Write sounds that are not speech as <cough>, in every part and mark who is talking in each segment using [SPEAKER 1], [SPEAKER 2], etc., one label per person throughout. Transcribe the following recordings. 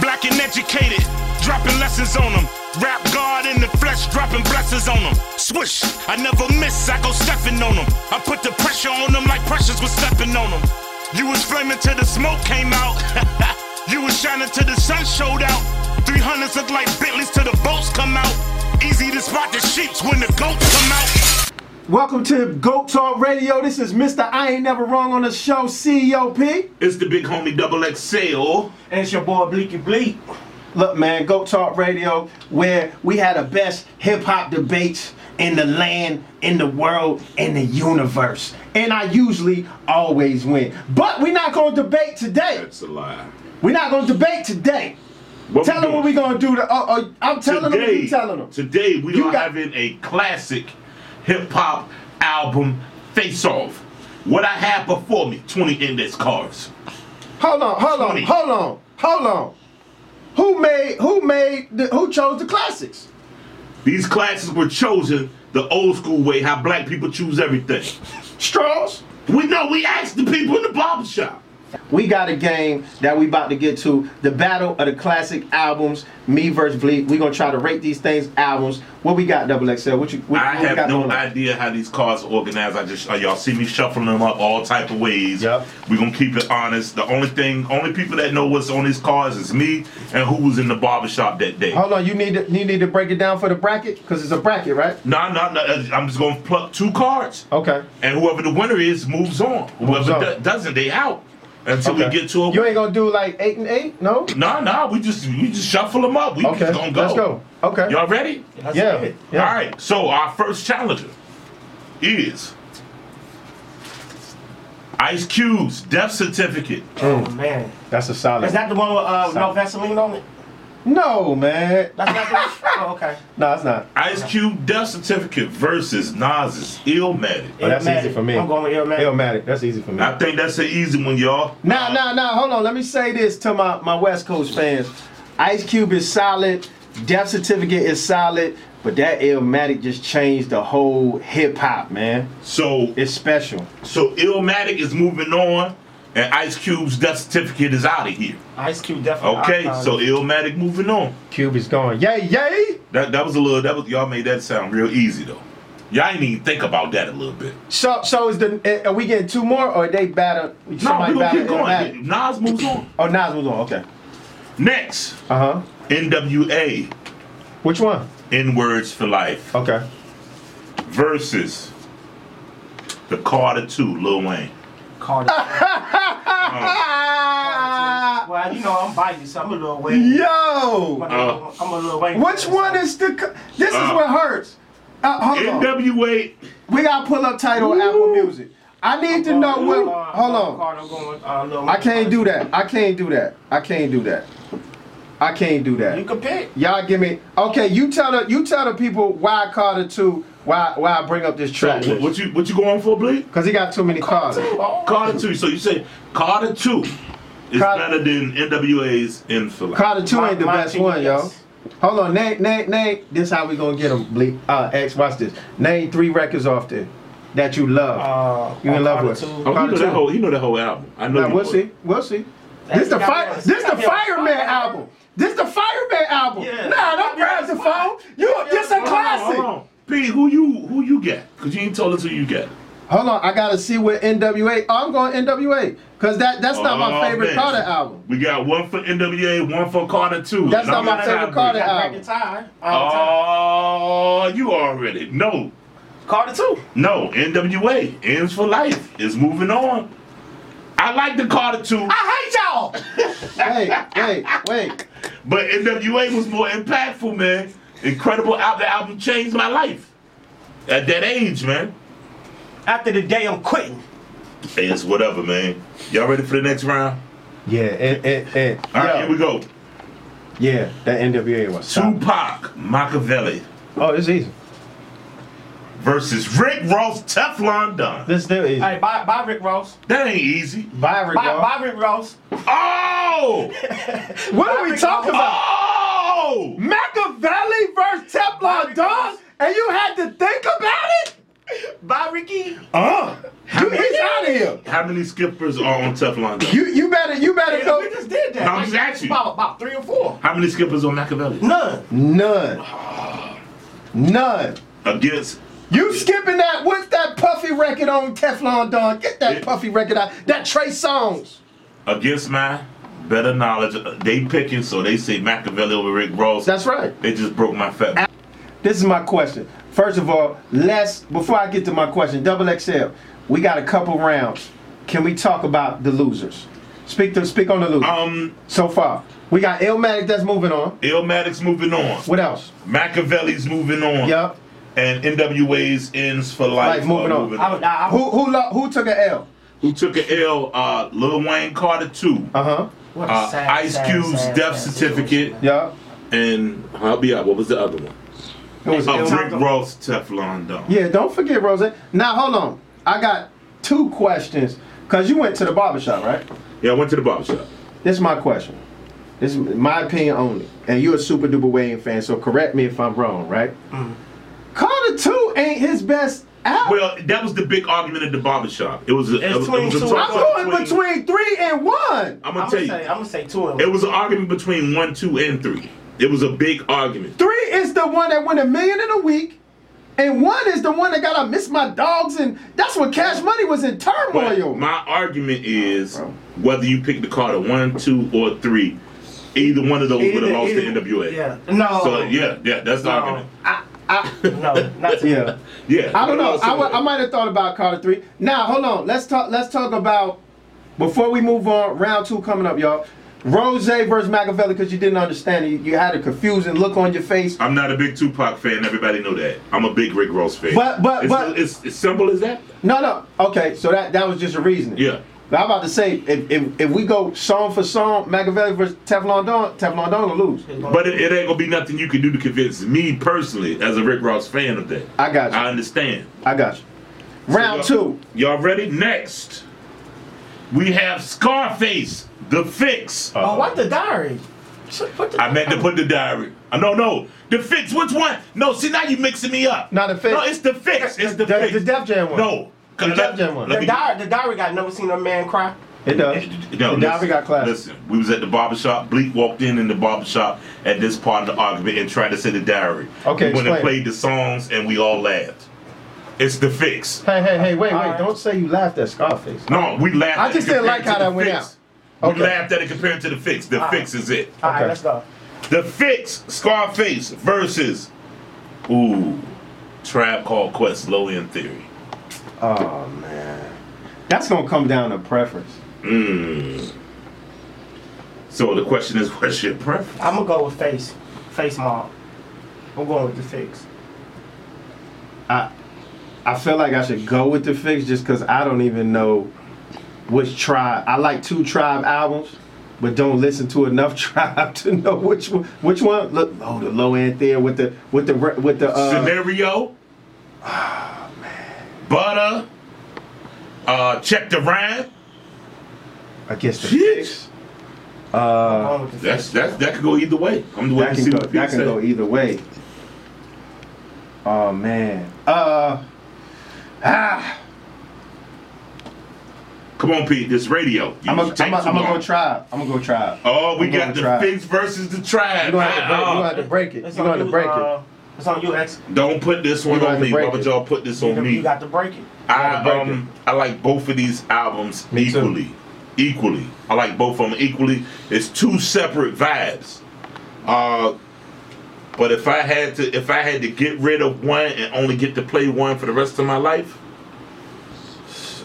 [SPEAKER 1] Black and educated, dropping lessons on them. Rap God in the flesh, dropping blessings on them. Swish, I never miss, I go stepping on them. I put the pressure on them like pressures was stepping on them. You was flaming till the smoke came out. <laughs> you was shining till the sun showed out. 300s look like Bentleys till the boats come out. Easy to spot the sheeps when the goats come out.
[SPEAKER 2] Welcome to Goat Talk Radio. This is Mr. I Ain't Never Wrong on the show, E COP.
[SPEAKER 1] It's the big homie double XL.
[SPEAKER 3] And it's your boy Bleaky Bleak.
[SPEAKER 2] Look, man, Goat Talk Radio, where we had the best hip hop debates in the land, in the world, in the universe. And I usually always win. But we're not going to debate today.
[SPEAKER 1] That's a lie.
[SPEAKER 2] We're not going to debate today.
[SPEAKER 1] What
[SPEAKER 2] Tell them what we're going to do. to- uh, uh, I'm telling them what
[SPEAKER 1] today,
[SPEAKER 2] you telling them.
[SPEAKER 1] Today we
[SPEAKER 2] You
[SPEAKER 1] are
[SPEAKER 2] got-
[SPEAKER 1] having a classic hip hop album face off. What I have before me, 20 index cards.
[SPEAKER 2] Hold on, hold on,
[SPEAKER 1] 20.
[SPEAKER 2] hold on, hold on. Who made, who made, the, who chose the classics?
[SPEAKER 1] These classes were chosen the old school way, how black people choose everything.
[SPEAKER 2] Straws?
[SPEAKER 1] We know we asked the people in the barber shop.
[SPEAKER 2] We got a game that we about to get to. The battle of the classic albums, me versus Bleak. We're gonna try to rate these things albums. What we got, double XL? What you what,
[SPEAKER 1] I
[SPEAKER 2] what we
[SPEAKER 1] have
[SPEAKER 2] got
[SPEAKER 1] no
[SPEAKER 2] going on?
[SPEAKER 1] idea how these cars are organized. I just uh, y'all see me shuffling them up all type of ways.
[SPEAKER 2] Yep.
[SPEAKER 1] We're gonna keep it honest. The only thing, only people that know what's on these cars is me and who was in the barber shop that day.
[SPEAKER 2] Hold on, you need to you need to break it down for the bracket? Cause it's a bracket, right?
[SPEAKER 1] No, no, no. uh, I'm just gonna pluck two cards,
[SPEAKER 2] Okay.
[SPEAKER 1] and whoever the winner is moves on. Whoever
[SPEAKER 2] on.
[SPEAKER 1] do- doesn't, they out until
[SPEAKER 2] okay.
[SPEAKER 1] we get to a.
[SPEAKER 2] You ain't gonna do like eight and eight? No?
[SPEAKER 1] nah, nah. We just we just shuffle them up. We
[SPEAKER 2] Okay.
[SPEAKER 1] just gonna go.
[SPEAKER 2] Let's go. Okay.
[SPEAKER 1] Y'all ready?
[SPEAKER 2] yeah. yeah.
[SPEAKER 1] All right. So our first challenger is Ice Cube's death certificate.
[SPEAKER 2] Mm.
[SPEAKER 3] Oh man.
[SPEAKER 2] That's a solid.
[SPEAKER 3] Is that the one with uh, no
[SPEAKER 2] Solid.
[SPEAKER 3] Vaseline on it?
[SPEAKER 2] no, man. <laughs>
[SPEAKER 3] That's not the Oh, okay.
[SPEAKER 2] No, it's not.
[SPEAKER 1] Ice Cube death certificate versus Nas's Illmatic.
[SPEAKER 2] Oh, that's
[SPEAKER 3] Illmatic.
[SPEAKER 2] easy for me.
[SPEAKER 3] I'm going with Illmatic.
[SPEAKER 2] Illmatic. That's easy for me.
[SPEAKER 1] I think that's an easy one, y'all.
[SPEAKER 2] Now, now, now, hold on. Let me say this to my, my West Coast fans. Ice Cube is solid. Death Certificate is solid. But that Illmatic just changed the whole hip hop, man.
[SPEAKER 1] So
[SPEAKER 2] It's special.
[SPEAKER 1] So Illmatic is moving on, and Ice Cube's death certificate is out of here.
[SPEAKER 3] Ice Cube definitely.
[SPEAKER 1] Okay,
[SPEAKER 3] icon.
[SPEAKER 1] so Illmatic moving on.
[SPEAKER 2] Cube is gone. Yay, yay!
[SPEAKER 1] That that was a little. That was y'all made that sound real easy though. Y'all ain't even think about that a little bit.
[SPEAKER 2] So, so is the eh, are we getting two more or they
[SPEAKER 1] No,
[SPEAKER 2] batter?
[SPEAKER 1] we
[SPEAKER 2] Somebody
[SPEAKER 1] gonna
[SPEAKER 2] batter
[SPEAKER 1] keep
[SPEAKER 2] Illmatic?
[SPEAKER 1] going. Nas moves on.
[SPEAKER 2] Oh, Nas was on. Okay.
[SPEAKER 1] Next,
[SPEAKER 2] Uh huh.
[SPEAKER 1] N.W.A.
[SPEAKER 2] Which one?
[SPEAKER 1] In Words for Life
[SPEAKER 2] Okay.
[SPEAKER 1] versus the Carter Two, Lil Wayne.
[SPEAKER 2] <laughs>
[SPEAKER 3] Carter.
[SPEAKER 2] Ah!
[SPEAKER 3] well, you know I'm biased. So I'm a little way.
[SPEAKER 2] Yo!
[SPEAKER 3] I'm, a- I'm a little way.
[SPEAKER 2] Which one is the? co- This is
[SPEAKER 1] Uh.
[SPEAKER 2] what hurts. Uh, hold on.
[SPEAKER 1] N.W.A.
[SPEAKER 2] We gotta pull up title on Apple Music. I need to know what. Hold on.
[SPEAKER 3] Carter, Uh, I'm going with, uh, Lil
[SPEAKER 2] I
[SPEAKER 3] Wayne.
[SPEAKER 2] can't do that. I can't do that. I can't do that. I can't do
[SPEAKER 3] You
[SPEAKER 2] that.
[SPEAKER 3] can pick.
[SPEAKER 2] Y'all give me. Okay, you tell the you tell the people why Carter two. Why why I bring up this track?
[SPEAKER 1] What, what you what you going for, Bleak?
[SPEAKER 2] Cause he got too many Carter.
[SPEAKER 3] Oh,
[SPEAKER 1] Carter Two. So you say Carter Two is
[SPEAKER 2] Carter-
[SPEAKER 1] better than N.W.A.'s In for Life.
[SPEAKER 2] Carter two
[SPEAKER 3] My-
[SPEAKER 2] ain't the
[SPEAKER 3] my
[SPEAKER 2] best
[SPEAKER 3] opinion,
[SPEAKER 2] one, yo.
[SPEAKER 3] yes.
[SPEAKER 2] Hold on, name name name. This how we gonna get them. Bleak. Uh, X, watch this. Name three records off there that you love.
[SPEAKER 3] Uh,
[SPEAKER 2] you in
[SPEAKER 3] uh,
[SPEAKER 2] love
[SPEAKER 3] Carter
[SPEAKER 2] with.
[SPEAKER 3] two.
[SPEAKER 1] Oh, he
[SPEAKER 2] Carter
[SPEAKER 1] know that
[SPEAKER 2] two.
[SPEAKER 1] whole he know that whole album. I know.
[SPEAKER 2] Now,
[SPEAKER 1] he
[SPEAKER 2] we'll
[SPEAKER 1] know
[SPEAKER 2] see.
[SPEAKER 1] it.
[SPEAKER 2] We'll see. This the
[SPEAKER 3] gotta be
[SPEAKER 2] fire.
[SPEAKER 3] on-
[SPEAKER 2] This the
[SPEAKER 3] gotta be on
[SPEAKER 2] fireman
[SPEAKER 3] fire.
[SPEAKER 2] album. This the fireman album.
[SPEAKER 3] Yeah.
[SPEAKER 2] Nah, don't grab the phone. You, this a
[SPEAKER 1] Hold on, hold
[SPEAKER 2] classic.
[SPEAKER 1] on. P, who you who you got? Cause you ain't told us who you got.
[SPEAKER 2] Hold on, I gotta see what NWA. Oh, I'm going NWA because that that's not
[SPEAKER 1] Oh,
[SPEAKER 2] my favorite
[SPEAKER 1] man.
[SPEAKER 2] Carter album.
[SPEAKER 1] We got one for NWA, one for Carter Two.
[SPEAKER 2] That's
[SPEAKER 1] And
[SPEAKER 2] not
[SPEAKER 1] I'm
[SPEAKER 2] my
[SPEAKER 1] gonna
[SPEAKER 2] favorite
[SPEAKER 1] tie with-
[SPEAKER 2] Carter
[SPEAKER 3] I
[SPEAKER 2] album.
[SPEAKER 3] break the tie. all the
[SPEAKER 1] uh,
[SPEAKER 3] time.
[SPEAKER 1] Oh, you already no
[SPEAKER 3] Carter two.
[SPEAKER 1] no NWA ends for life is moving on. I like the Carter Two,
[SPEAKER 3] I hate y'all.
[SPEAKER 2] Wait, wait, wait.
[SPEAKER 1] but NWA was more impactful, man. Incredible album. The album changed my life at that age, man.
[SPEAKER 3] After the day, I'm quitting.
[SPEAKER 1] Hey, it's whatever, man. Y'all ready for the next round?
[SPEAKER 2] Yeah, and and, and
[SPEAKER 1] All right,
[SPEAKER 2] yo,
[SPEAKER 1] here we go.
[SPEAKER 2] yeah, that NWA was. solid.
[SPEAKER 1] Tupac Machiavelli
[SPEAKER 2] Oh, it's easy.
[SPEAKER 1] versus Rick Ross Teflon Don.
[SPEAKER 2] This still easy.
[SPEAKER 3] Hey, bye, bye, Rick Ross.
[SPEAKER 1] That ain't easy.
[SPEAKER 2] Byron,
[SPEAKER 3] Bye,
[SPEAKER 2] dog.
[SPEAKER 3] bye, Rick Ross.
[SPEAKER 1] Oh!
[SPEAKER 2] what are we talking about?
[SPEAKER 1] Oh!
[SPEAKER 2] Machiavelli versus Teflon
[SPEAKER 3] Byron
[SPEAKER 2] Don,
[SPEAKER 3] Ross.
[SPEAKER 2] and you had to think about it.
[SPEAKER 3] Bye, Ricky.
[SPEAKER 2] Uh, you, he's out of here.
[SPEAKER 1] How many skippers are on Teflon? Though?
[SPEAKER 2] You you better you better
[SPEAKER 3] Yeah, we
[SPEAKER 2] know
[SPEAKER 3] just did that.
[SPEAKER 1] I'm
[SPEAKER 3] Like,
[SPEAKER 1] just at you.
[SPEAKER 3] About, about three or four.
[SPEAKER 1] How many skippers on Machiavelli?
[SPEAKER 3] None.
[SPEAKER 2] none, none.
[SPEAKER 1] Against
[SPEAKER 2] You skipping that? What's that puffy record on Teflon Don? Get that
[SPEAKER 1] Yeah.
[SPEAKER 2] puffy record out. That Trey Songs.
[SPEAKER 1] against my better knowledge, uh, they picking so they say Machiavelli over Rick Ross.
[SPEAKER 2] That's right.
[SPEAKER 1] They just broke my fat.
[SPEAKER 2] This is my question. First of all, let's before I get to my question, double XL. We got a couple rounds. Can we talk about the losers? Speak to speak on the losers.
[SPEAKER 1] Um,
[SPEAKER 2] so far, we got Illmatic that's moving on.
[SPEAKER 1] Illmatic's moving on.
[SPEAKER 2] What else?
[SPEAKER 1] Machiavelli's moving on.
[SPEAKER 2] Yup.
[SPEAKER 1] And NWA's ends for life.
[SPEAKER 2] Like moving
[SPEAKER 1] are
[SPEAKER 2] on.
[SPEAKER 1] moving
[SPEAKER 3] I, would- I, I,
[SPEAKER 2] Who who lo- who took a L?
[SPEAKER 1] Who took an L? Uh, Lil Wayne Carter two.
[SPEAKER 2] Uh huh.
[SPEAKER 3] what a
[SPEAKER 1] Uh,
[SPEAKER 3] sad,
[SPEAKER 1] Ice
[SPEAKER 3] sad,
[SPEAKER 1] Cube's
[SPEAKER 3] sad,
[SPEAKER 1] death
[SPEAKER 3] sad
[SPEAKER 1] certificate
[SPEAKER 3] situation.
[SPEAKER 2] Yeah.
[SPEAKER 1] and I'll be out. What was the other one?
[SPEAKER 2] It was
[SPEAKER 1] Uh,
[SPEAKER 2] Ill-
[SPEAKER 1] Rick Ross Teflon Dome.
[SPEAKER 2] Yeah, don't forget Rose. Now hold on. I got two questions. Cause you went to the barbershop, right?
[SPEAKER 1] Yeah, I went to the barber shop.
[SPEAKER 2] This is my question. This is my opinion only. And you're a super duper Wayne fan, so correct me if I'm wrong, right? Carter 2 ain't his best album.
[SPEAKER 1] Well, that was the big argument at the barber shop. It was. A, it was a
[SPEAKER 3] 22.
[SPEAKER 1] talk
[SPEAKER 2] I'm going between three and one.
[SPEAKER 1] I'm gonna
[SPEAKER 3] I'm
[SPEAKER 1] tell
[SPEAKER 3] gonna say,
[SPEAKER 1] you,
[SPEAKER 3] I'm gonna say two and
[SPEAKER 1] it was an argument between one, two, and three. It was a big argument.
[SPEAKER 2] Three is the one that went a million in a week, and one is the one that got I miss my dogs, and that's when Cash Money was in
[SPEAKER 1] But
[SPEAKER 2] turmoil.
[SPEAKER 1] my argument is
[SPEAKER 2] Oh, Bro.
[SPEAKER 1] whether you pick the card of one, two, or three, either one of those would have
[SPEAKER 3] Either-
[SPEAKER 1] lost the
[SPEAKER 3] either-
[SPEAKER 1] NWA.
[SPEAKER 3] Yeah. No.
[SPEAKER 1] So yeah, yeah, that's the
[SPEAKER 3] No.
[SPEAKER 1] argument.
[SPEAKER 2] I, I,
[SPEAKER 3] No.
[SPEAKER 1] <laughs>
[SPEAKER 3] Not to
[SPEAKER 2] yeah.
[SPEAKER 1] Yeah.
[SPEAKER 2] I don't know. I,
[SPEAKER 1] would.
[SPEAKER 2] would- I might have thought about Carter three. Now hold on. Let's talk. Let's talk about before we move on. Round two coming up, y'all. Rose versus Machiavelli because you didn't understand it. You, you had a confusing look on your face.
[SPEAKER 1] I'm not a big Tupac fan. Everybody know that. I'm a big Rick Ross fan.
[SPEAKER 2] But- but-
[SPEAKER 1] it's,
[SPEAKER 2] but-
[SPEAKER 1] it's, it's simple as that.
[SPEAKER 2] No, no. Okay, so that that was just a reasoning.
[SPEAKER 1] Yeah.
[SPEAKER 2] But I'm about to say if, if if we go song for song, Machiavelli versus Teflon Don, Teflon Don will lose.
[SPEAKER 1] But it, it ain't gonna be nothing you can do to convince me personally as a Rick Ross fan of that.
[SPEAKER 2] I got you.
[SPEAKER 1] I understand.
[SPEAKER 2] I got you. Round
[SPEAKER 1] So y'all-
[SPEAKER 2] two.
[SPEAKER 1] Y'all ready? Next, we have Scarface, The Fix.
[SPEAKER 2] Uh-huh.
[SPEAKER 3] Oh, what the diary? Shit, What the
[SPEAKER 1] I meant to put the diary. Uh, no, no, The Fix. Which one? No, see now you mixing me up.
[SPEAKER 2] Not The Fix.
[SPEAKER 1] No, it's The Fix. It's The,
[SPEAKER 2] The- the
[SPEAKER 1] Fix.
[SPEAKER 2] Def Jam one.
[SPEAKER 1] No.
[SPEAKER 2] The Def Jam one.
[SPEAKER 1] Let
[SPEAKER 3] the
[SPEAKER 1] me-
[SPEAKER 3] diary. The diary got never seen a man cry.
[SPEAKER 2] It does.
[SPEAKER 1] No,
[SPEAKER 2] the Diary
[SPEAKER 1] listen,
[SPEAKER 2] got class.
[SPEAKER 1] Listen, we was at the barbershop. Bleak walked in in the barbershop at this part of the argument and tried to say the diary.
[SPEAKER 2] Okay,
[SPEAKER 1] we went and
[SPEAKER 2] explain.
[SPEAKER 1] played the songs and we all laughed. It's the fix.
[SPEAKER 2] Hey, hey, hey, wait, wait.
[SPEAKER 3] Alright.
[SPEAKER 2] Don't say you laughed at Scarface.
[SPEAKER 1] No, we laughed.
[SPEAKER 2] I
[SPEAKER 1] at it
[SPEAKER 2] just didn't
[SPEAKER 1] compared
[SPEAKER 2] like
[SPEAKER 1] to
[SPEAKER 2] how
[SPEAKER 1] the
[SPEAKER 2] that went
[SPEAKER 1] fix.
[SPEAKER 2] out.
[SPEAKER 1] We
[SPEAKER 2] Okay. Ah.
[SPEAKER 1] laughed at it compared to the fix. The fix is it.
[SPEAKER 3] All right,
[SPEAKER 2] Okay.
[SPEAKER 3] let's go.
[SPEAKER 1] The fix, Scarface versus, ooh, Tribe Called Quest, Low End Theory.
[SPEAKER 2] Oh man, that's gonna come down to preference.
[SPEAKER 1] So the question is, <laughs> what's your preference?
[SPEAKER 3] I'm gonna go with face. Face mom. I'm going with the fix.
[SPEAKER 2] I I feel like I should go with the fix just because I don't even know which tribe. I like two tribe albums, but don't listen to enough <laughs> tribe to know which one. Which one? Look, oh, the low end there with the with the re- with the uh, Ah,
[SPEAKER 1] Scenario, Butter, uh, Check the Rhyme.
[SPEAKER 2] I guess the
[SPEAKER 1] Shit.
[SPEAKER 2] fix.
[SPEAKER 3] I'm
[SPEAKER 2] Uh,
[SPEAKER 3] going with the
[SPEAKER 1] That's
[SPEAKER 3] fix.
[SPEAKER 1] that's that could go either way. I'm the way
[SPEAKER 2] That
[SPEAKER 1] to
[SPEAKER 2] can
[SPEAKER 1] see
[SPEAKER 2] go.
[SPEAKER 1] what people
[SPEAKER 2] That can
[SPEAKER 1] say.
[SPEAKER 2] go either way. Oh man. Uh. Ah.
[SPEAKER 1] Come on, Pete. This radio. You
[SPEAKER 2] I'm gonna
[SPEAKER 1] take too
[SPEAKER 2] go
[SPEAKER 1] long.
[SPEAKER 2] tribe. I'm gonna go tribe.
[SPEAKER 1] Oh, we
[SPEAKER 2] I'm
[SPEAKER 1] got
[SPEAKER 2] gonna
[SPEAKER 1] the
[SPEAKER 2] try.
[SPEAKER 1] fix versus the tribe.
[SPEAKER 2] You gonna have to break, you gonna have to
[SPEAKER 1] Ah,
[SPEAKER 2] break it. You
[SPEAKER 3] It's
[SPEAKER 2] gonna have to break
[SPEAKER 3] uh,
[SPEAKER 2] it.
[SPEAKER 3] It's on you, ex.
[SPEAKER 1] Don't put this one
[SPEAKER 2] gonna
[SPEAKER 1] on
[SPEAKER 2] have to
[SPEAKER 1] me,
[SPEAKER 2] break
[SPEAKER 1] Baba
[SPEAKER 2] it.
[SPEAKER 1] Jaw. Put this
[SPEAKER 3] You,
[SPEAKER 1] on me.
[SPEAKER 3] got to break it.
[SPEAKER 1] I
[SPEAKER 2] break
[SPEAKER 1] um I like both of these albums
[SPEAKER 2] Me too.
[SPEAKER 1] equally. Equally. I like both of them equally. It's two separate vibes. Uh but if I had to if I had to get rid of one and only get to play one for the rest of my life,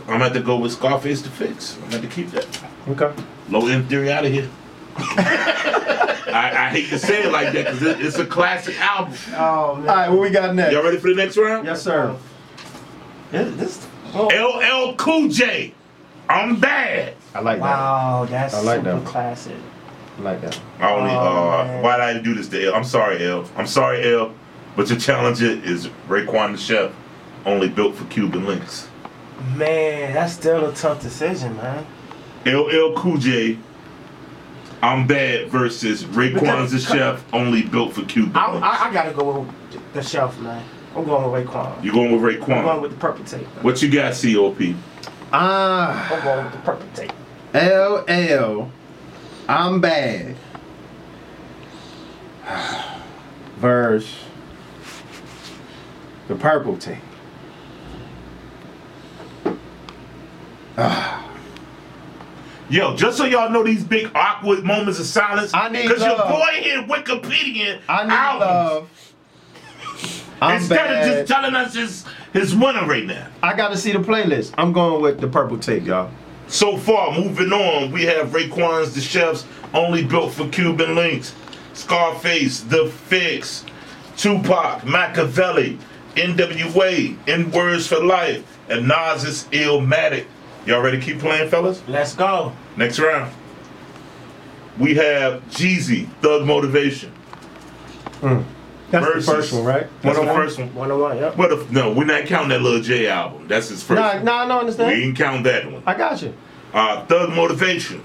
[SPEAKER 1] I'm gonna have to go with Scarface to fix. I'm gonna have to keep that.
[SPEAKER 2] Okay.
[SPEAKER 1] Low end theory out of
[SPEAKER 2] <laughs>
[SPEAKER 1] here. I, I hate to say it like that because it, it's a classic album.
[SPEAKER 3] Oh man.
[SPEAKER 2] All right, what we got next?
[SPEAKER 1] Y'all ready for the next round?
[SPEAKER 2] Yes, sir.
[SPEAKER 3] This, this, oh,
[SPEAKER 1] LL Cool J. I'm bad.
[SPEAKER 2] I like
[SPEAKER 3] wow, that's
[SPEAKER 2] I like
[SPEAKER 3] super
[SPEAKER 2] that.
[SPEAKER 3] classic.
[SPEAKER 2] that. I like that.
[SPEAKER 1] I only,
[SPEAKER 3] Oh,
[SPEAKER 1] uh,
[SPEAKER 3] man.
[SPEAKER 1] why did I do this to L? I'm sorry, L. I'm sorry, L. But your challenger is Raekwon the Chef, only built for Cuban links.
[SPEAKER 3] Man, that's still a tough decision, man.
[SPEAKER 1] LL Cool J, I'm bad versus Raekwon the
[SPEAKER 3] Because-
[SPEAKER 1] Chef, only built for Cuban
[SPEAKER 3] I,
[SPEAKER 1] links.
[SPEAKER 3] I, I gotta go with the shelf, man. I'm going with Raekwon.
[SPEAKER 1] You going with
[SPEAKER 3] I'm going
[SPEAKER 1] Raekwon?
[SPEAKER 3] with the purple tape.
[SPEAKER 1] What you got, COP?
[SPEAKER 2] Ah.
[SPEAKER 3] I'm going with the purple tape.
[SPEAKER 2] LL, I'm bad. <sighs> Verse. The purple team.
[SPEAKER 1] Yo, just so y'all know these big awkward moments of silence.
[SPEAKER 2] I need
[SPEAKER 1] Cause your
[SPEAKER 2] love.
[SPEAKER 1] boy here Wikipedia
[SPEAKER 2] I
[SPEAKER 1] albums.
[SPEAKER 2] need love. I'm
[SPEAKER 1] Instead
[SPEAKER 2] bad.
[SPEAKER 1] of just telling us his his winner right now.
[SPEAKER 2] I gotta see the playlist. I'm going with the purple tape, y'all.
[SPEAKER 1] So far, moving on, we have Raekwon's The Chef's Only Built for Cuban Links, Scarface, The Fix, Tupac, Machiavelli, NWA, In Words for Life, and Nas's Illmatic. Y'all ready to keep playing, fellas?
[SPEAKER 3] Let's go.
[SPEAKER 1] Next round. We have Jeezy, Thug Motivation.
[SPEAKER 2] Mm. That's
[SPEAKER 1] Versus.
[SPEAKER 2] the first one, right?
[SPEAKER 1] That's the
[SPEAKER 2] One on
[SPEAKER 1] first one.
[SPEAKER 3] One on one. Yep.
[SPEAKER 1] What if, no, we're not counting that Lil J album. That's his first
[SPEAKER 2] Nah,
[SPEAKER 1] one.
[SPEAKER 2] nah, I don't
[SPEAKER 1] We
[SPEAKER 2] understand.
[SPEAKER 1] ain't count that one.
[SPEAKER 2] I got you.
[SPEAKER 1] Uh, Thug Motivation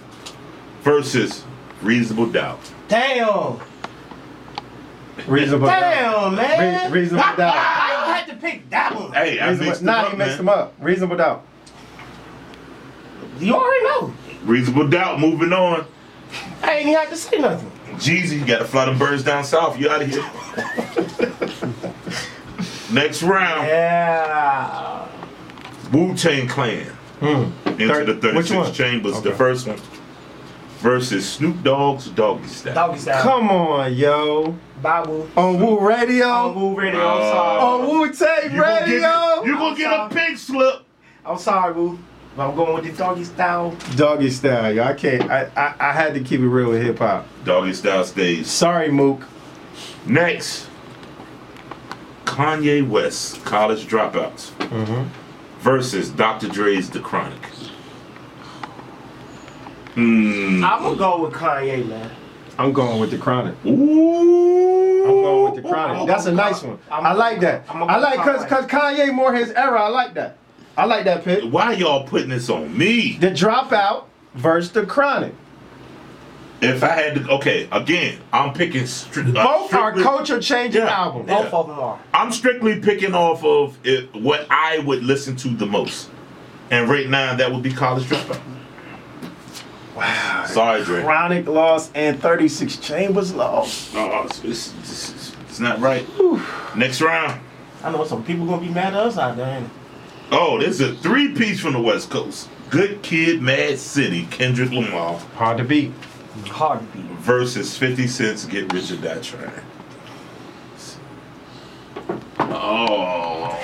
[SPEAKER 1] versus Reasonable Doubt.
[SPEAKER 3] Damn.
[SPEAKER 2] <laughs> Reasonable. doubt.
[SPEAKER 3] Damn, man.
[SPEAKER 2] uh, Re- reasonable doubt.
[SPEAKER 3] I don't have to pick that one.
[SPEAKER 1] Hey, I
[SPEAKER 2] Reasonable,
[SPEAKER 1] mixed
[SPEAKER 2] nah,
[SPEAKER 1] them up,
[SPEAKER 2] he
[SPEAKER 1] man.
[SPEAKER 2] mixed them up. Reasonable doubt.
[SPEAKER 3] You already know.
[SPEAKER 1] Reasonable doubt. Moving on.
[SPEAKER 3] I ain't even have to say nothing.
[SPEAKER 1] Jeezy, you got to fly them birds down south. You out
[SPEAKER 2] <laughs>
[SPEAKER 1] of here. Next round.
[SPEAKER 3] Yeah.
[SPEAKER 1] Wu Tang Clan. Into
[SPEAKER 2] Thir-
[SPEAKER 1] the
[SPEAKER 2] Hmm. which
[SPEAKER 1] 36
[SPEAKER 2] one?
[SPEAKER 1] Chambers, the
[SPEAKER 2] Okay.
[SPEAKER 1] first one. Versus Snoop Dogg's Doggy Style.
[SPEAKER 3] Doggy style.
[SPEAKER 2] Come on, yo.
[SPEAKER 3] Babu.
[SPEAKER 2] On Oh, Woo Radio.
[SPEAKER 3] I'm Woo Radio. I'm
[SPEAKER 1] Uh,
[SPEAKER 3] sorry.
[SPEAKER 2] on Wu Tang
[SPEAKER 1] You gonna get-
[SPEAKER 2] Radio.
[SPEAKER 1] You gonna get a pink slip.
[SPEAKER 3] I'm sorry, Woo. But I'm going with the doggy style.
[SPEAKER 2] Doggy style, y'all. I can't. I, I I had to keep it real with hip hop.
[SPEAKER 1] Doggy Style stays.
[SPEAKER 2] Sorry, Mook.
[SPEAKER 1] Next, Kanye West, College Dropouts.
[SPEAKER 2] Mm-hmm.
[SPEAKER 1] Versus Dr. Dre's The Chronic. Hmm.
[SPEAKER 3] I'm gonna go with Kanye, man.
[SPEAKER 2] I'm going with the Chronic.
[SPEAKER 1] Ooh.
[SPEAKER 2] I'm going with the Chronic. That's a nice one. I like that. I like cause cause Kanye more his era. I like that. I like that pick.
[SPEAKER 1] Why y'all putting this on me?
[SPEAKER 2] The dropout versus the Chronic.
[SPEAKER 1] If I had to, okay, again, I'm picking. Stri- uh,
[SPEAKER 2] Both are
[SPEAKER 1] strictly-
[SPEAKER 2] culture changing
[SPEAKER 1] Yeah.
[SPEAKER 2] albums.
[SPEAKER 1] Yeah.
[SPEAKER 3] Both of them are.
[SPEAKER 1] I'm strictly picking off of it, what I would listen to the most, and right now that would be College Dropout. Wow. Sorry, Dre.
[SPEAKER 2] Chronic loss and 36 Chambers loss.
[SPEAKER 1] Oh, it's, it's, it's, it's not right. Next round.
[SPEAKER 3] I know some people gonna be mad at us out there. ain't
[SPEAKER 1] Oh, there's a three piece from the West Coast. Good Kid, Mad City, Kendrick Lamar
[SPEAKER 2] Hard to beat.
[SPEAKER 3] it? Hard to beat.
[SPEAKER 1] versus 50 Cent's Get Rich or Die Trying. Oh.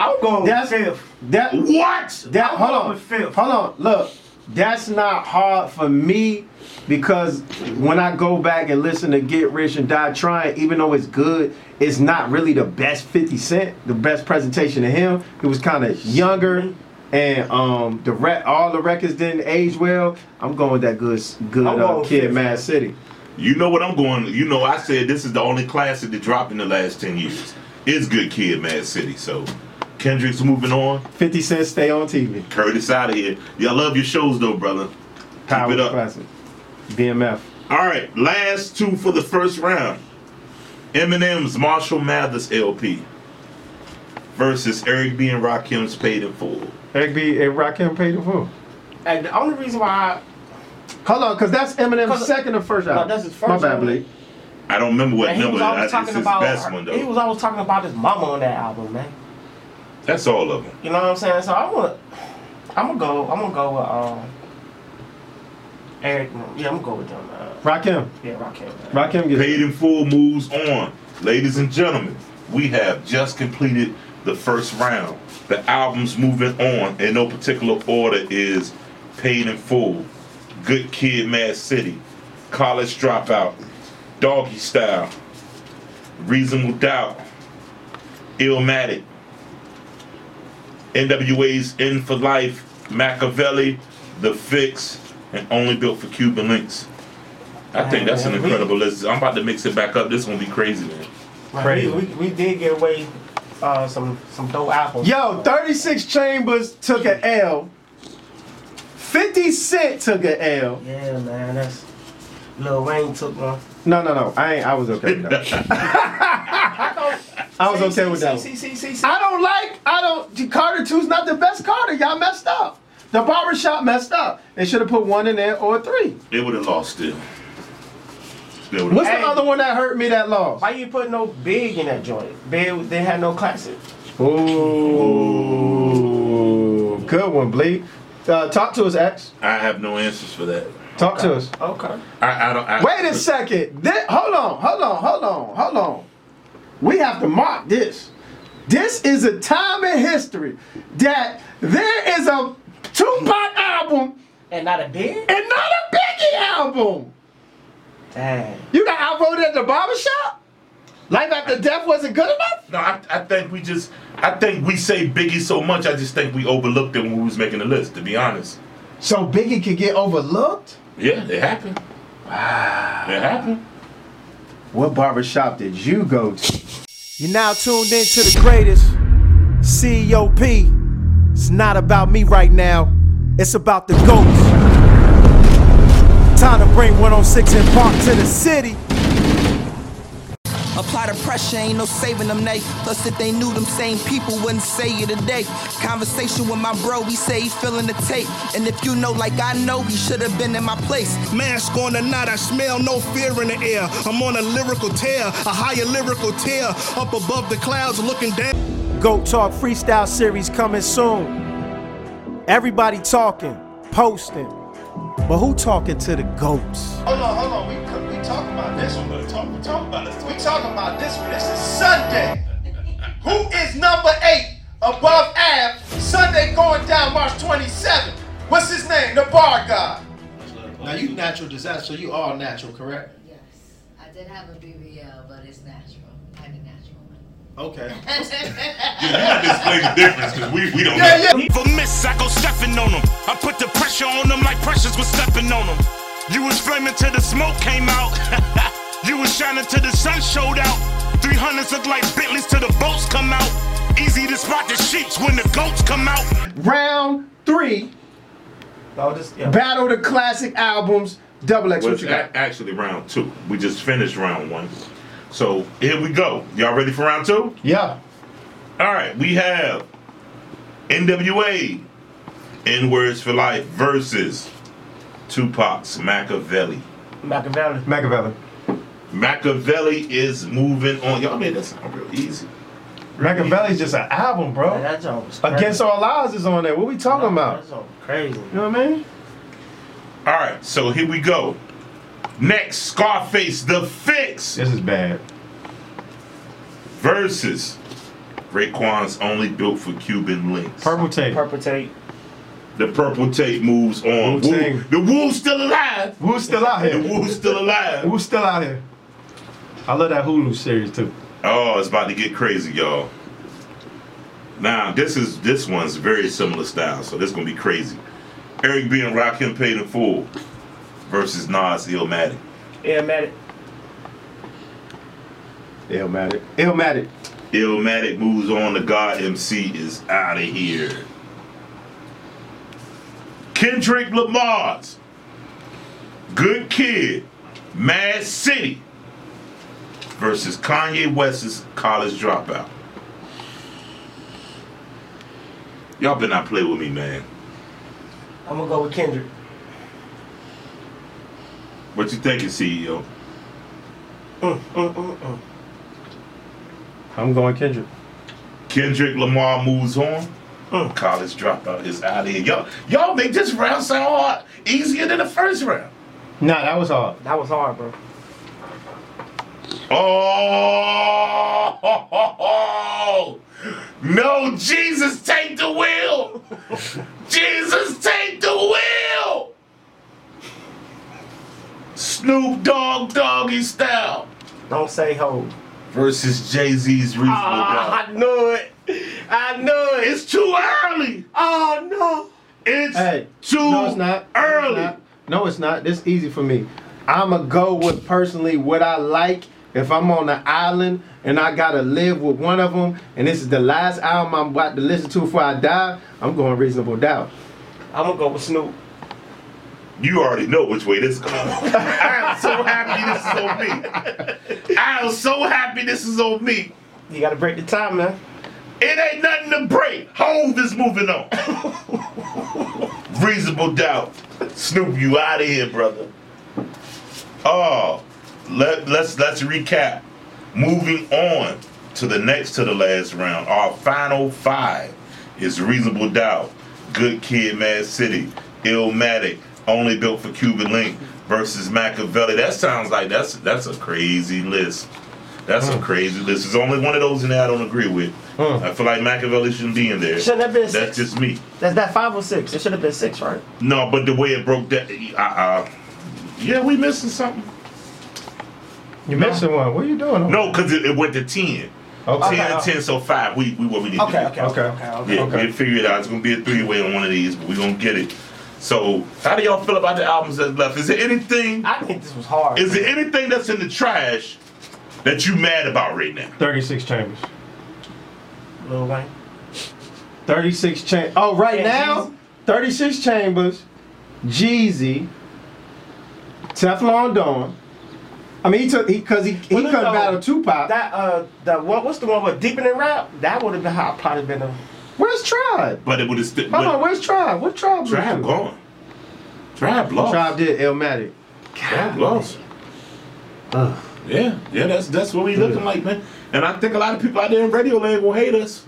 [SPEAKER 3] I'm going
[SPEAKER 2] That's
[SPEAKER 3] with fifth.
[SPEAKER 2] That
[SPEAKER 1] What?
[SPEAKER 2] That
[SPEAKER 3] I'm
[SPEAKER 2] hold
[SPEAKER 3] going
[SPEAKER 2] on,
[SPEAKER 3] with fifth.
[SPEAKER 2] hold on. Look, that's not hard for me because when I go back and listen to Get Rich and Die Trying, even though it's good, it's not really the best Fifty Cent, the best presentation of him. He was kind of younger, and um, the re- all the records didn't age well. I'm going with that good, s- good
[SPEAKER 3] I'm
[SPEAKER 2] uh,
[SPEAKER 3] going
[SPEAKER 2] Kid,
[SPEAKER 3] fifth.
[SPEAKER 2] Mad City.
[SPEAKER 1] You know what I'm going. You know I said this is the only classic that dropped in the last ten years. It's good kid, Mad City. So Kendrick's moving on.
[SPEAKER 2] Fifty Cent, stay on TV.
[SPEAKER 1] Curtis out of here. Y'all love your shows though, brother.
[SPEAKER 2] Power
[SPEAKER 1] it up.
[SPEAKER 2] classic. BMF.
[SPEAKER 1] All right, last two for the first round. Eminem's Marshall Mathers LP versus Eric B and Rakim's Paid in Full.
[SPEAKER 2] Eric B. and Rakim paid the full.
[SPEAKER 3] And the only reason why
[SPEAKER 2] Hold on, cause that's Eminem's
[SPEAKER 3] 'Cause-
[SPEAKER 2] second or first album.
[SPEAKER 3] that's his
[SPEAKER 2] My
[SPEAKER 3] first
[SPEAKER 2] bad,
[SPEAKER 3] album.
[SPEAKER 2] Blake.
[SPEAKER 1] I don't remember
[SPEAKER 3] I,
[SPEAKER 1] what
[SPEAKER 3] and he
[SPEAKER 1] number.
[SPEAKER 3] was
[SPEAKER 1] that-
[SPEAKER 3] always
[SPEAKER 1] It's his
[SPEAKER 3] talking about
[SPEAKER 1] best one
[SPEAKER 3] he
[SPEAKER 1] though.
[SPEAKER 3] was always talking about his mama on that album, man.
[SPEAKER 1] That's all of them.
[SPEAKER 3] You know what I'm saying? So I want, I'm gonna go, I'm gonna go with um, Eric. Yeah, I'm gonna go with them. Uh,
[SPEAKER 2] Rakim.
[SPEAKER 3] yeah, Rakim. man.
[SPEAKER 2] Rakim gets
[SPEAKER 1] Paid in full moves on. Ladies and gentlemen, we have just completed the first round. The album's moving on in no particular order is Paid in Full, Good Kid Mad City, College Dropout, Doggy Style, Reasonable Doubt, Illmatic, NWA's In for Life, Machiavelli, The Fix, and Only Built for Cuban Links. I think that's an incredible list. I'm about to mix it back up. This gonna be crazy, man. <laughs>
[SPEAKER 3] Like, we, we, we did get away uh, some some dope apples.
[SPEAKER 2] Yo, 36 Chambers took an L. 50 Cent took an L.
[SPEAKER 3] Yeah, man, that's Lil Wayne took one.
[SPEAKER 1] <laughs>
[SPEAKER 2] No, no, no. I ain't, I was okay with that.
[SPEAKER 3] I thought
[SPEAKER 2] I was okay
[SPEAKER 3] see,
[SPEAKER 2] with
[SPEAKER 3] see,
[SPEAKER 2] that.
[SPEAKER 3] See,
[SPEAKER 2] one.
[SPEAKER 3] see, see, see.
[SPEAKER 2] I don't like. I don't. Carter two's not the best Carter. Y'all messed up. The barbershop messed up. They should have put one in there or three.
[SPEAKER 1] They would have lost still. They would
[SPEAKER 2] What's
[SPEAKER 1] have.
[SPEAKER 3] Hey.
[SPEAKER 2] the other one that hurt me that lost?
[SPEAKER 3] Why you put no big in that joint? Big, they had no classic.
[SPEAKER 2] Ooh, good one, Bleak. Uh, talk to us, X.
[SPEAKER 1] I have no answers for that.
[SPEAKER 2] Talk to us.
[SPEAKER 3] Okay.
[SPEAKER 1] I, I don't. I,
[SPEAKER 2] Wait a second. This, hold on, hold on, hold on, hold on. We have to mark this. This is a time in history that there is a Tupac album
[SPEAKER 3] And not a big?
[SPEAKER 2] and not a Biggie album.
[SPEAKER 3] Dang.
[SPEAKER 2] You got outvoted at the barbershop? Life after death wasn't good enough?
[SPEAKER 1] No, I, I think we just. I think we say Biggie so much. I just think we overlooked it when we was making the list. To be honest.
[SPEAKER 2] So Biggie could get overlooked?
[SPEAKER 1] Yeah, it happened. Wow. It happened.
[SPEAKER 2] What barbershop did you go to?
[SPEAKER 4] You're now tuned in to the greatest COP. It's not about me right now, it's about the GOATs. Time to bring 106 and Park to the city.
[SPEAKER 5] Apply the pressure, ain't no saving them, nay. Plus, if they knew them same people wouldn't say it today. Conversation with my bro, he say he feeling the tape. And if you know, like I know, he should have been in my place.
[SPEAKER 6] Mask on or not, I smell no fear in the air. I'm on a lyrical tear, a higher lyrical tear. Up above the clouds, looking down.
[SPEAKER 4] GOAT Talk Freestyle Series coming soon. Everybody talking, posting, but who talking to the GOATs?
[SPEAKER 7] Hold on, hold on. We we talk about this one. We talk, we talk about this. We talk about this one. This is Sunday. Who is number eight above Av? Sunday going down March 27th. What's his name? The Bar Guy. Now you natural disaster. So you all natural, correct?
[SPEAKER 8] Yes, I did have a BBL, but it's natural. I had a natural
[SPEAKER 7] Okay.
[SPEAKER 8] <laughs> one.
[SPEAKER 1] Yeah, you gotta explain the difference because we, we don't know.
[SPEAKER 7] Yeah, yeah.
[SPEAKER 1] If a miss, I go stepping on them. I put the pressure on them like pressures was stepping on them. You was flaming till the smoke came out. <laughs> you was shining till the sun showed out. 300s look like Bentleys till the boats come out. Easy to spot the sheeps when the goats come out.
[SPEAKER 2] Round three,
[SPEAKER 3] No, just, yeah.
[SPEAKER 2] Battle the Classic Albums, Double X. What
[SPEAKER 1] was
[SPEAKER 2] you
[SPEAKER 1] a-
[SPEAKER 2] got?
[SPEAKER 1] actually round two. We just finished round one. So here we go. Y'all ready for round two?
[SPEAKER 2] Yeah.
[SPEAKER 1] All right, we have NWA, N Words for Life versus Tupac's Machiavelli.
[SPEAKER 3] Machiavelli.
[SPEAKER 2] Machiavelli.
[SPEAKER 1] Machiavelli is moving on. Y'all made that sound real easy.
[SPEAKER 2] Machiavelli's just an album,
[SPEAKER 3] Man,
[SPEAKER 2] bro.
[SPEAKER 3] that joint was crazy.
[SPEAKER 2] Against All Odds is on there. What we talking about?
[SPEAKER 3] That joint was crazy.
[SPEAKER 2] You know what I mean?
[SPEAKER 1] All right, so here we go. Next, Scarface the Fix
[SPEAKER 2] This is bad.
[SPEAKER 1] versus Raekwon's Only Built for Cuban Links.
[SPEAKER 2] Purple tape.
[SPEAKER 3] Purple tape.
[SPEAKER 1] The purple tape moves on.
[SPEAKER 2] Wu-Tang.
[SPEAKER 1] Wu- the Wu's still alive.
[SPEAKER 2] Who's still out
[SPEAKER 1] The
[SPEAKER 2] here?
[SPEAKER 1] Wu's still alive.
[SPEAKER 2] Who's still out here? I love that Hulu series too.
[SPEAKER 1] Oh, it's about to get crazy, y'all. Now this is this one's very similar style, so this gonna be crazy. Eric B and Rakim Paid in Full versus Nas Illmatic.
[SPEAKER 3] Yeah, man.
[SPEAKER 2] Illmatic. Illmatic.
[SPEAKER 1] Illmatic moves on. The God MC is out of here. Kendrick Lamar's Good Kid, Mad City versus Kanye West's College Dropout. Y'all better not play with me, man.
[SPEAKER 3] I'm gonna go with Kendrick.
[SPEAKER 1] What you thinking, E CEO?
[SPEAKER 2] I'm going Kendrick.
[SPEAKER 1] Kendrick Lamar moves on. Oh, College Dropout is out of here. Y'all, y'all make this round sound hard, easier than the first round.
[SPEAKER 2] Nah, that was hard.
[SPEAKER 3] That was hard, bro.
[SPEAKER 1] Oh, no, Jesus, take the wheel. Jesus, take the wheel. Snoop Dogg Doggy Style
[SPEAKER 3] Don't say ho.
[SPEAKER 1] versus Jay Z's Reasonable
[SPEAKER 3] Ah,
[SPEAKER 1] Doubt.
[SPEAKER 3] knew it. I knew
[SPEAKER 1] It's too early.
[SPEAKER 3] Oh no.
[SPEAKER 1] It's
[SPEAKER 2] Hey,
[SPEAKER 1] too
[SPEAKER 2] no, it's not. No, it's
[SPEAKER 1] early.
[SPEAKER 2] not. No, it's not. This easy for me. I'ma go with personally what I like. If I'm on the island and I gotta live with one of them, and this is the last album I'm about to listen to before I die, I'm going Reasonable Doubt.
[SPEAKER 3] I'm gonna go with Snoop.
[SPEAKER 1] You already know which way this goes.
[SPEAKER 3] <laughs>
[SPEAKER 1] I am so happy this is on me. I am so happy this is on me.
[SPEAKER 3] You gotta break the tie, man.
[SPEAKER 1] It ain't nothing to break. Hove is moving on. Reasonable doubt. Snoop, you out of here, brother. Oh, let, let's let's recap. Moving on to the next to the last round. Our final five is Reasonable Doubt, Good Kid, Mad City, Illmatic, Only Built for Cuban Link versus Machiavelli. That sounds like that's that's a crazy list. That's a crazy list. There's only one of those in there I don't agree with. I feel like Machiavelli shouldn't be in there.
[SPEAKER 3] Shouldn't have been
[SPEAKER 1] That's
[SPEAKER 3] six.
[SPEAKER 1] just me.
[SPEAKER 3] That's that five or six. It should have been six, right?
[SPEAKER 1] No, but the way it broke that, uh, uh, yeah, we missing something.
[SPEAKER 9] You missing one. What are you doing?
[SPEAKER 1] No, because it, it went to 10.
[SPEAKER 9] Okay.
[SPEAKER 2] uh,
[SPEAKER 1] 10,
[SPEAKER 3] okay.
[SPEAKER 1] 10, so 5. We, we what we need to
[SPEAKER 3] Okay,
[SPEAKER 1] do.
[SPEAKER 3] okay,
[SPEAKER 9] Okay.
[SPEAKER 3] okay, okay. okay.
[SPEAKER 1] Yeah,
[SPEAKER 9] Okay.
[SPEAKER 1] we'll figure it out. It's gonna be a three-way on one of these, but we're gonna get it. So, how do y'all feel about the albums that's left? Is there anything?
[SPEAKER 3] I think this was hard.
[SPEAKER 1] Is there anything that's in the trash that you mad about right now?
[SPEAKER 9] 36 chambers.
[SPEAKER 3] Lil Wayne.
[SPEAKER 2] 36 chambers. Oh, right
[SPEAKER 3] Yeah,
[SPEAKER 2] now,
[SPEAKER 3] Jeezy.
[SPEAKER 2] 36 chambers, Jeezy, Teflon Don. I mean, he took he because he he
[SPEAKER 3] Well,
[SPEAKER 2] couldn't
[SPEAKER 3] no,
[SPEAKER 2] battle Tupac.
[SPEAKER 3] That uh, that what? What's the one with Deep in the Rap? That would have been how I probably been a.
[SPEAKER 2] where's Tribe?
[SPEAKER 1] But it would have still.
[SPEAKER 2] Hold on, where's Tribe? What Tribe?
[SPEAKER 1] Tribe
[SPEAKER 2] do?
[SPEAKER 1] gone. Tribe lost.
[SPEAKER 2] Tribe did Illmatic.
[SPEAKER 1] Tribe lost. Yeah, yeah, that's that's what we looking like, man. And I think a lot of people out there in radio land will hate us.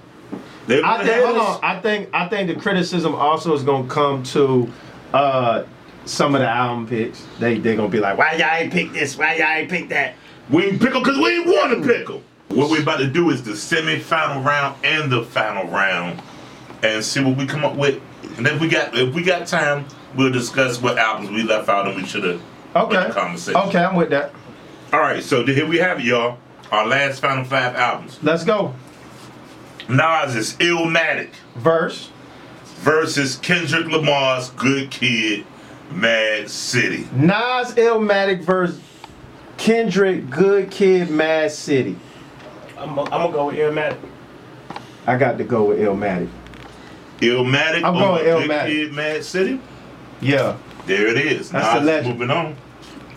[SPEAKER 1] They
[SPEAKER 2] I
[SPEAKER 1] gonna hate
[SPEAKER 2] think, hold
[SPEAKER 1] us.
[SPEAKER 2] on. I think I think the criticism also is gonna come to uh, some of the album picks. They they gonna be like, why y'all ain't pick this? Why y'all ain't pick that?
[SPEAKER 1] We ain't pickle because we ain't want to pickle. What we about to do is the semi-final round and the final round, and see what we come up with. And if we got if we got time, we'll discuss what albums we left out and we should have.
[SPEAKER 2] Okay.
[SPEAKER 1] Conversation.
[SPEAKER 2] Okay, I'm with that.
[SPEAKER 1] All right. So here we have it, y'all. Our last final five albums.
[SPEAKER 2] Let's go.
[SPEAKER 1] Nas is Illmatic
[SPEAKER 2] Verse.
[SPEAKER 1] versus Kendrick Lamar's Good Kid, Mad City.
[SPEAKER 2] Nas Illmatic versus Kendrick Good Kid Mad City.
[SPEAKER 3] I'm gonna I'm gonna go with Illmatic.
[SPEAKER 2] I got to go with Illmatic.
[SPEAKER 1] Illmatic.
[SPEAKER 2] I'm
[SPEAKER 1] over
[SPEAKER 2] going Illmatic.
[SPEAKER 1] Good Kid, Mad City.
[SPEAKER 2] Yeah.
[SPEAKER 1] There it is.
[SPEAKER 2] That's the
[SPEAKER 1] Nas
[SPEAKER 2] legend.
[SPEAKER 1] moving on.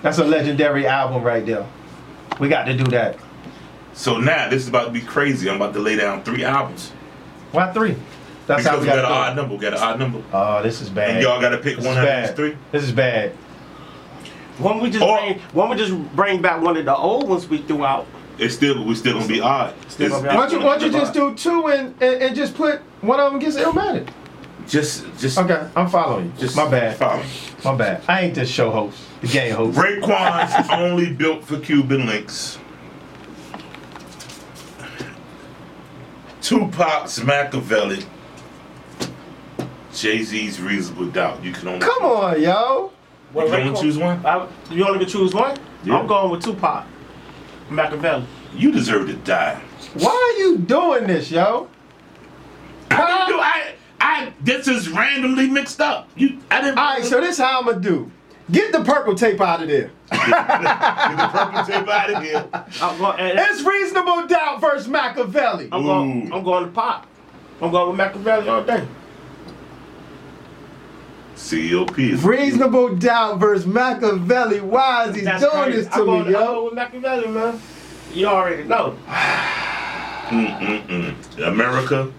[SPEAKER 2] That's a legendary album right there. We got to do that.
[SPEAKER 1] So now this is about to be crazy. I'm about to lay down three albums.
[SPEAKER 2] Why three? That's
[SPEAKER 1] because
[SPEAKER 2] how we
[SPEAKER 1] we got an
[SPEAKER 2] got
[SPEAKER 1] odd
[SPEAKER 2] to do it.
[SPEAKER 1] number. We got an odd number.
[SPEAKER 2] Oh, this is bad.
[SPEAKER 1] And y'all gotta pick
[SPEAKER 2] This
[SPEAKER 1] one
[SPEAKER 2] is
[SPEAKER 1] out of
[SPEAKER 2] bad.
[SPEAKER 1] these three.
[SPEAKER 2] This is bad.
[SPEAKER 3] When we just
[SPEAKER 1] Or-
[SPEAKER 3] bring, when we just bring back one of the old ones we threw out.
[SPEAKER 1] It's still we still gonna be odd. It's-
[SPEAKER 3] gonna be
[SPEAKER 1] it's
[SPEAKER 2] Why don't you, why don't you
[SPEAKER 1] gonna
[SPEAKER 2] just do two and, and, and just put one of them against Illmatic?
[SPEAKER 1] be odd. just just
[SPEAKER 2] Okay, I'm following you.
[SPEAKER 1] just
[SPEAKER 2] my bad.
[SPEAKER 1] Follow.
[SPEAKER 2] My bad. I ain't this show host, the game host.
[SPEAKER 1] Raekwon's only built for Cuban links. Tupac's Machiavelli. Jay Z's Reasonable Doubt. You can only
[SPEAKER 2] Come on, yo.
[SPEAKER 3] Well,
[SPEAKER 1] You only
[SPEAKER 3] Raekwon-
[SPEAKER 1] choose one?
[SPEAKER 3] I, you only can choose one.
[SPEAKER 1] Yeah.
[SPEAKER 3] I'm going with Tupac, Machiavelli.
[SPEAKER 1] You deserve to die.
[SPEAKER 2] Why are you doing this, yo?
[SPEAKER 1] I, didn't do, I I this is randomly mixed up. You I didn't
[SPEAKER 2] All right, so this how I'm gonna do. Get the purple tape out of there.
[SPEAKER 1] Get the purple tape out of here.
[SPEAKER 3] I'm going. And,
[SPEAKER 2] It's reasonable doubt versus Machiavelli.
[SPEAKER 3] I'm going.
[SPEAKER 1] Ooh.
[SPEAKER 3] I'm going to Pop. I'm going with Machiavelli all day.
[SPEAKER 1] E COP.
[SPEAKER 2] <laughs> Reasonable doubt versus Machiavelli. Why is he doing
[SPEAKER 3] crazy.
[SPEAKER 2] this to
[SPEAKER 3] I'm
[SPEAKER 2] me,
[SPEAKER 3] going, I'm
[SPEAKER 2] yo?
[SPEAKER 3] going with Machiavelli, man. You already know.
[SPEAKER 1] America,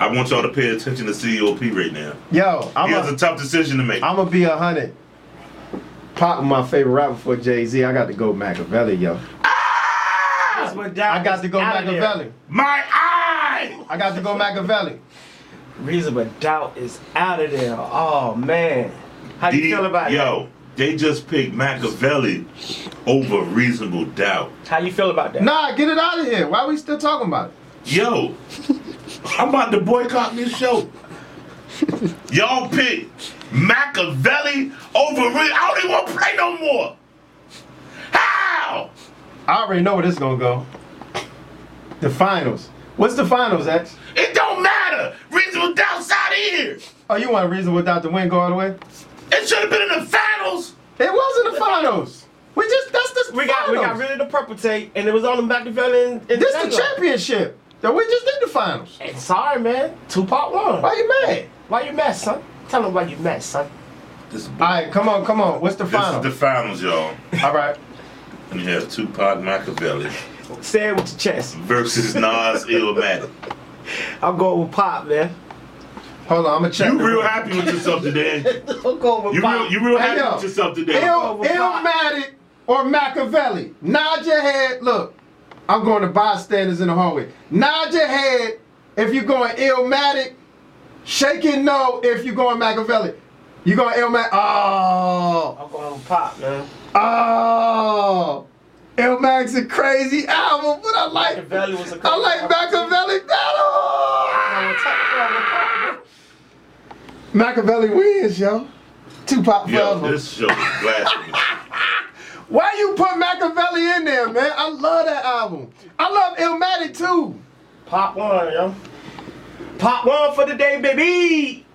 [SPEAKER 1] I want y'all to pay attention to COP right now.
[SPEAKER 2] Yo, I'm
[SPEAKER 1] He has a
[SPEAKER 2] gonna
[SPEAKER 1] tough decision to make.
[SPEAKER 2] I'm gonna be a hundred. Pop was my favorite rapper for Jay Z. I got to go Machiavelli, yo.
[SPEAKER 3] That's what
[SPEAKER 2] I got to go
[SPEAKER 3] Outta there.
[SPEAKER 2] Machiavelli.
[SPEAKER 1] My eye!
[SPEAKER 2] I got to go Machiavelli.
[SPEAKER 3] Reason but doubt is out of there. Oh man, how
[SPEAKER 1] Did-
[SPEAKER 3] you feel about
[SPEAKER 1] Yo, they just picked Machiavelli over reasonable doubt.
[SPEAKER 3] that? How you feel about that?
[SPEAKER 2] Nah, get it out of here. Why we still talking about it?
[SPEAKER 3] <laughs>
[SPEAKER 1] Yo, I'm about to boycott this show. Y'all pick Machiavelli over. Re- I don't even want to play no more. How?
[SPEAKER 2] I already know where this gonna go. The finals. What's the finals, X?
[SPEAKER 1] It don't matter. Reasonable doubt's out of here.
[SPEAKER 2] Oh, you want a reason without the win go all the way?
[SPEAKER 1] It should have been in the finals.
[SPEAKER 2] It was in the finals. We just that's the
[SPEAKER 3] We got we got
[SPEAKER 2] finals.
[SPEAKER 3] rid of the purple tape, and it was on the Machiavelli. And, and
[SPEAKER 2] This the championship. That we just did the finals.
[SPEAKER 3] champion. Sorry, man. Tupac won.
[SPEAKER 2] Why you mad?
[SPEAKER 3] Why you mad, son? Tell him why you mad, son.
[SPEAKER 1] This,
[SPEAKER 2] All right, come on, come on. What's the
[SPEAKER 1] this is
[SPEAKER 2] final?
[SPEAKER 1] the finals, y'all.
[SPEAKER 2] all right.
[SPEAKER 1] And you have Tupac Machiavelli
[SPEAKER 3] Say it with your chest.
[SPEAKER 1] versus Nas
[SPEAKER 3] <laughs>
[SPEAKER 1] Illmatic.
[SPEAKER 3] I'm going with Pop, man.
[SPEAKER 9] Hold on, I'm gonna check.
[SPEAKER 1] You
[SPEAKER 9] the-
[SPEAKER 1] real happy with yourself today?
[SPEAKER 3] I'm going with
[SPEAKER 1] You
[SPEAKER 3] Pop.
[SPEAKER 1] real you real
[SPEAKER 2] Hey,
[SPEAKER 1] happy
[SPEAKER 2] yo.
[SPEAKER 1] with yourself today?
[SPEAKER 3] Oh,
[SPEAKER 2] Ill, Illmatic or Machiavelli. Nod your head. Look, I'm going to bystanders in the hallway. Nod your head if you're going Illmatic. Shake your no if you're going Machiavelli. You going Illmatic? Oh,
[SPEAKER 3] I'm going with Pop, man.
[SPEAKER 2] oh. Illmatic's a crazy album, but I like
[SPEAKER 3] Machiavelli was a
[SPEAKER 2] I like Machiavelli better. Machiavelli wins, yo. Tupac
[SPEAKER 1] Yo,
[SPEAKER 2] forever.
[SPEAKER 1] this show is blasphemous.
[SPEAKER 2] Why you put Machiavelli in there, man? I love that album. I love Illmatic too.
[SPEAKER 3] Pop one, yo. Pop one for the day, baby.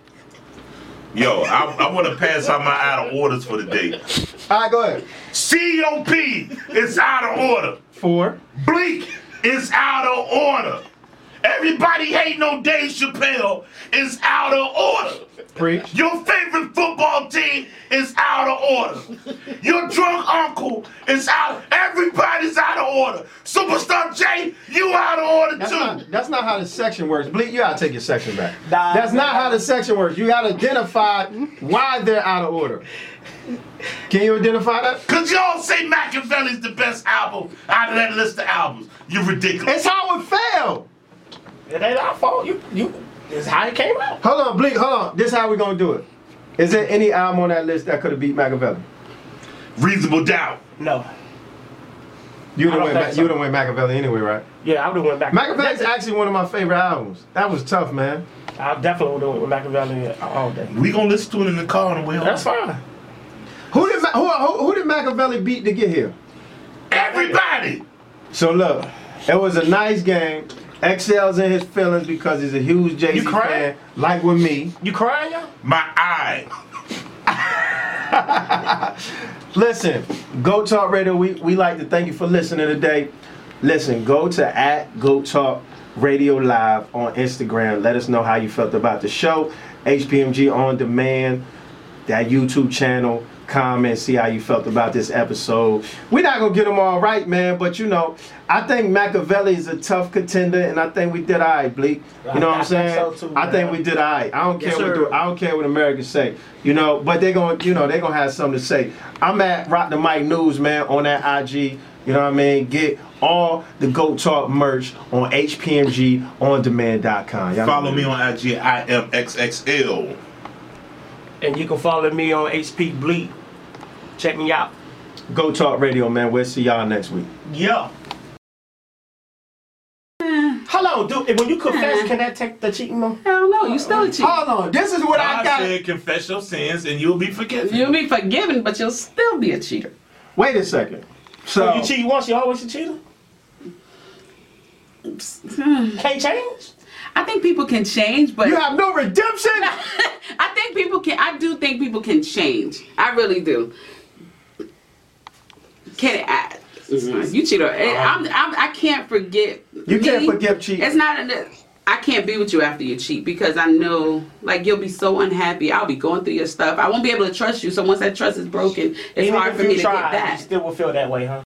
[SPEAKER 1] Yo, I, I want to pass out my out of orders for the day.
[SPEAKER 2] All right, go ahead.
[SPEAKER 1] COP is out of order.
[SPEAKER 2] Four.
[SPEAKER 1] Bleak is out of order. Everybody hating on Dave Chappelle is out of order.
[SPEAKER 9] Preach.
[SPEAKER 1] Your favorite football team is out of order. Your drunk uncle is out. Everybody's out of order. Superstar J, you out of order
[SPEAKER 2] That's
[SPEAKER 1] too.
[SPEAKER 2] not, that's not how the section works. Bleak, you gotta take your section back.
[SPEAKER 3] Nah,
[SPEAKER 2] that's
[SPEAKER 3] nah.
[SPEAKER 2] not how the section works. You gotta identify why they're out of order. Can you identify that?
[SPEAKER 1] Cause y'all say Machiavelli's the best album out of that list of albums. You're ridiculous.
[SPEAKER 2] It's how it failed.
[SPEAKER 3] It ain't our fault. You, you. It's how it came out.
[SPEAKER 2] Hold on, Bleak, hold on. This is how we gonna do it. Is there any album on that list that could have beat Machiavelli?
[SPEAKER 1] Reasonable doubt.
[SPEAKER 3] No.
[SPEAKER 2] You
[SPEAKER 3] I
[SPEAKER 2] don't
[SPEAKER 3] don't
[SPEAKER 2] win.
[SPEAKER 3] think
[SPEAKER 2] Ma-
[SPEAKER 3] so.
[SPEAKER 2] you don't win Machiavelli anyway, right?
[SPEAKER 3] Yeah, I would have went back.
[SPEAKER 2] Machiavelli's actually one of my favorite albums. That was tough, man.
[SPEAKER 3] I definitely would have went with Machiavelli all day.
[SPEAKER 1] We gonna listen to it in the car on the way home.
[SPEAKER 3] That's fine.
[SPEAKER 2] Who did Ma- who, who, who did Machiavelli beat to get here?
[SPEAKER 1] Everybody.
[SPEAKER 2] So look, it was a nice game. Excel's in his feelings because he's a huge Jay Z
[SPEAKER 3] You crying?
[SPEAKER 2] fan, like with me.
[SPEAKER 3] You crying, yo?
[SPEAKER 1] My eye.
[SPEAKER 2] Listen, Go Talk Radio, we, we like to thank you for listening today. Listen, go to at Go Talk Radio Live on Instagram. Let us know how you felt about the show. HPMG On Demand, that YouTube channel. Comment, see how you felt about this episode. We're not going to get them all right, man, but you know, I think Machiavelli is a tough contender, and I think we did all right, Bleak. You know what
[SPEAKER 3] I
[SPEAKER 2] I'm saying?
[SPEAKER 3] think so too,
[SPEAKER 2] I think
[SPEAKER 3] man.
[SPEAKER 2] we did all right. I don't care
[SPEAKER 3] Yes,
[SPEAKER 2] what
[SPEAKER 3] sir.
[SPEAKER 2] the, I don't care what Americans say, you know, but they're gonna, you know, they're gonna have something to say. I'm at Rock the Mic News, man, on that IG. You know what I mean? Get all the Goat Talk merch on HPMGOnDemand.com. Y'all
[SPEAKER 1] Follow
[SPEAKER 2] know
[SPEAKER 1] me on IG. I am XXL.
[SPEAKER 3] And you can follow me on HP Bleak. Check me out.
[SPEAKER 2] Goat Talk Radio, man. We'll see y'all next week.
[SPEAKER 3] Yeah. Hold on, dude. When you confess, can that take the cheating on?
[SPEAKER 10] Hell no, you still cheat.
[SPEAKER 2] Hold on, this is what I
[SPEAKER 1] God
[SPEAKER 2] got.
[SPEAKER 1] said, confess your sins and you'll be forgiven.
[SPEAKER 10] You'll be forgiven, but you'll still be a cheater.
[SPEAKER 2] Wait a second. So
[SPEAKER 3] Oh, You cheat once, you always a cheater.
[SPEAKER 10] Hmm.
[SPEAKER 3] Can't change.
[SPEAKER 10] I think people can change, but
[SPEAKER 2] you have no redemption.
[SPEAKER 10] I think people can. I do think people can change. I really do. Can I? You cheater. Eh, I'm, I'm, I can't forget.
[SPEAKER 2] You can't forgive cheating.
[SPEAKER 10] It's not. an- I can't be with you after you cheat because I know, like, you'll be so unhappy. I'll be going through your stuff. I won't be able to trust you. So once that trust is broken, it's
[SPEAKER 3] Even
[SPEAKER 10] hard
[SPEAKER 3] if
[SPEAKER 10] for
[SPEAKER 3] you
[SPEAKER 10] me to
[SPEAKER 3] tried,
[SPEAKER 10] get
[SPEAKER 3] You
[SPEAKER 10] back.
[SPEAKER 3] still will feel that way, huh?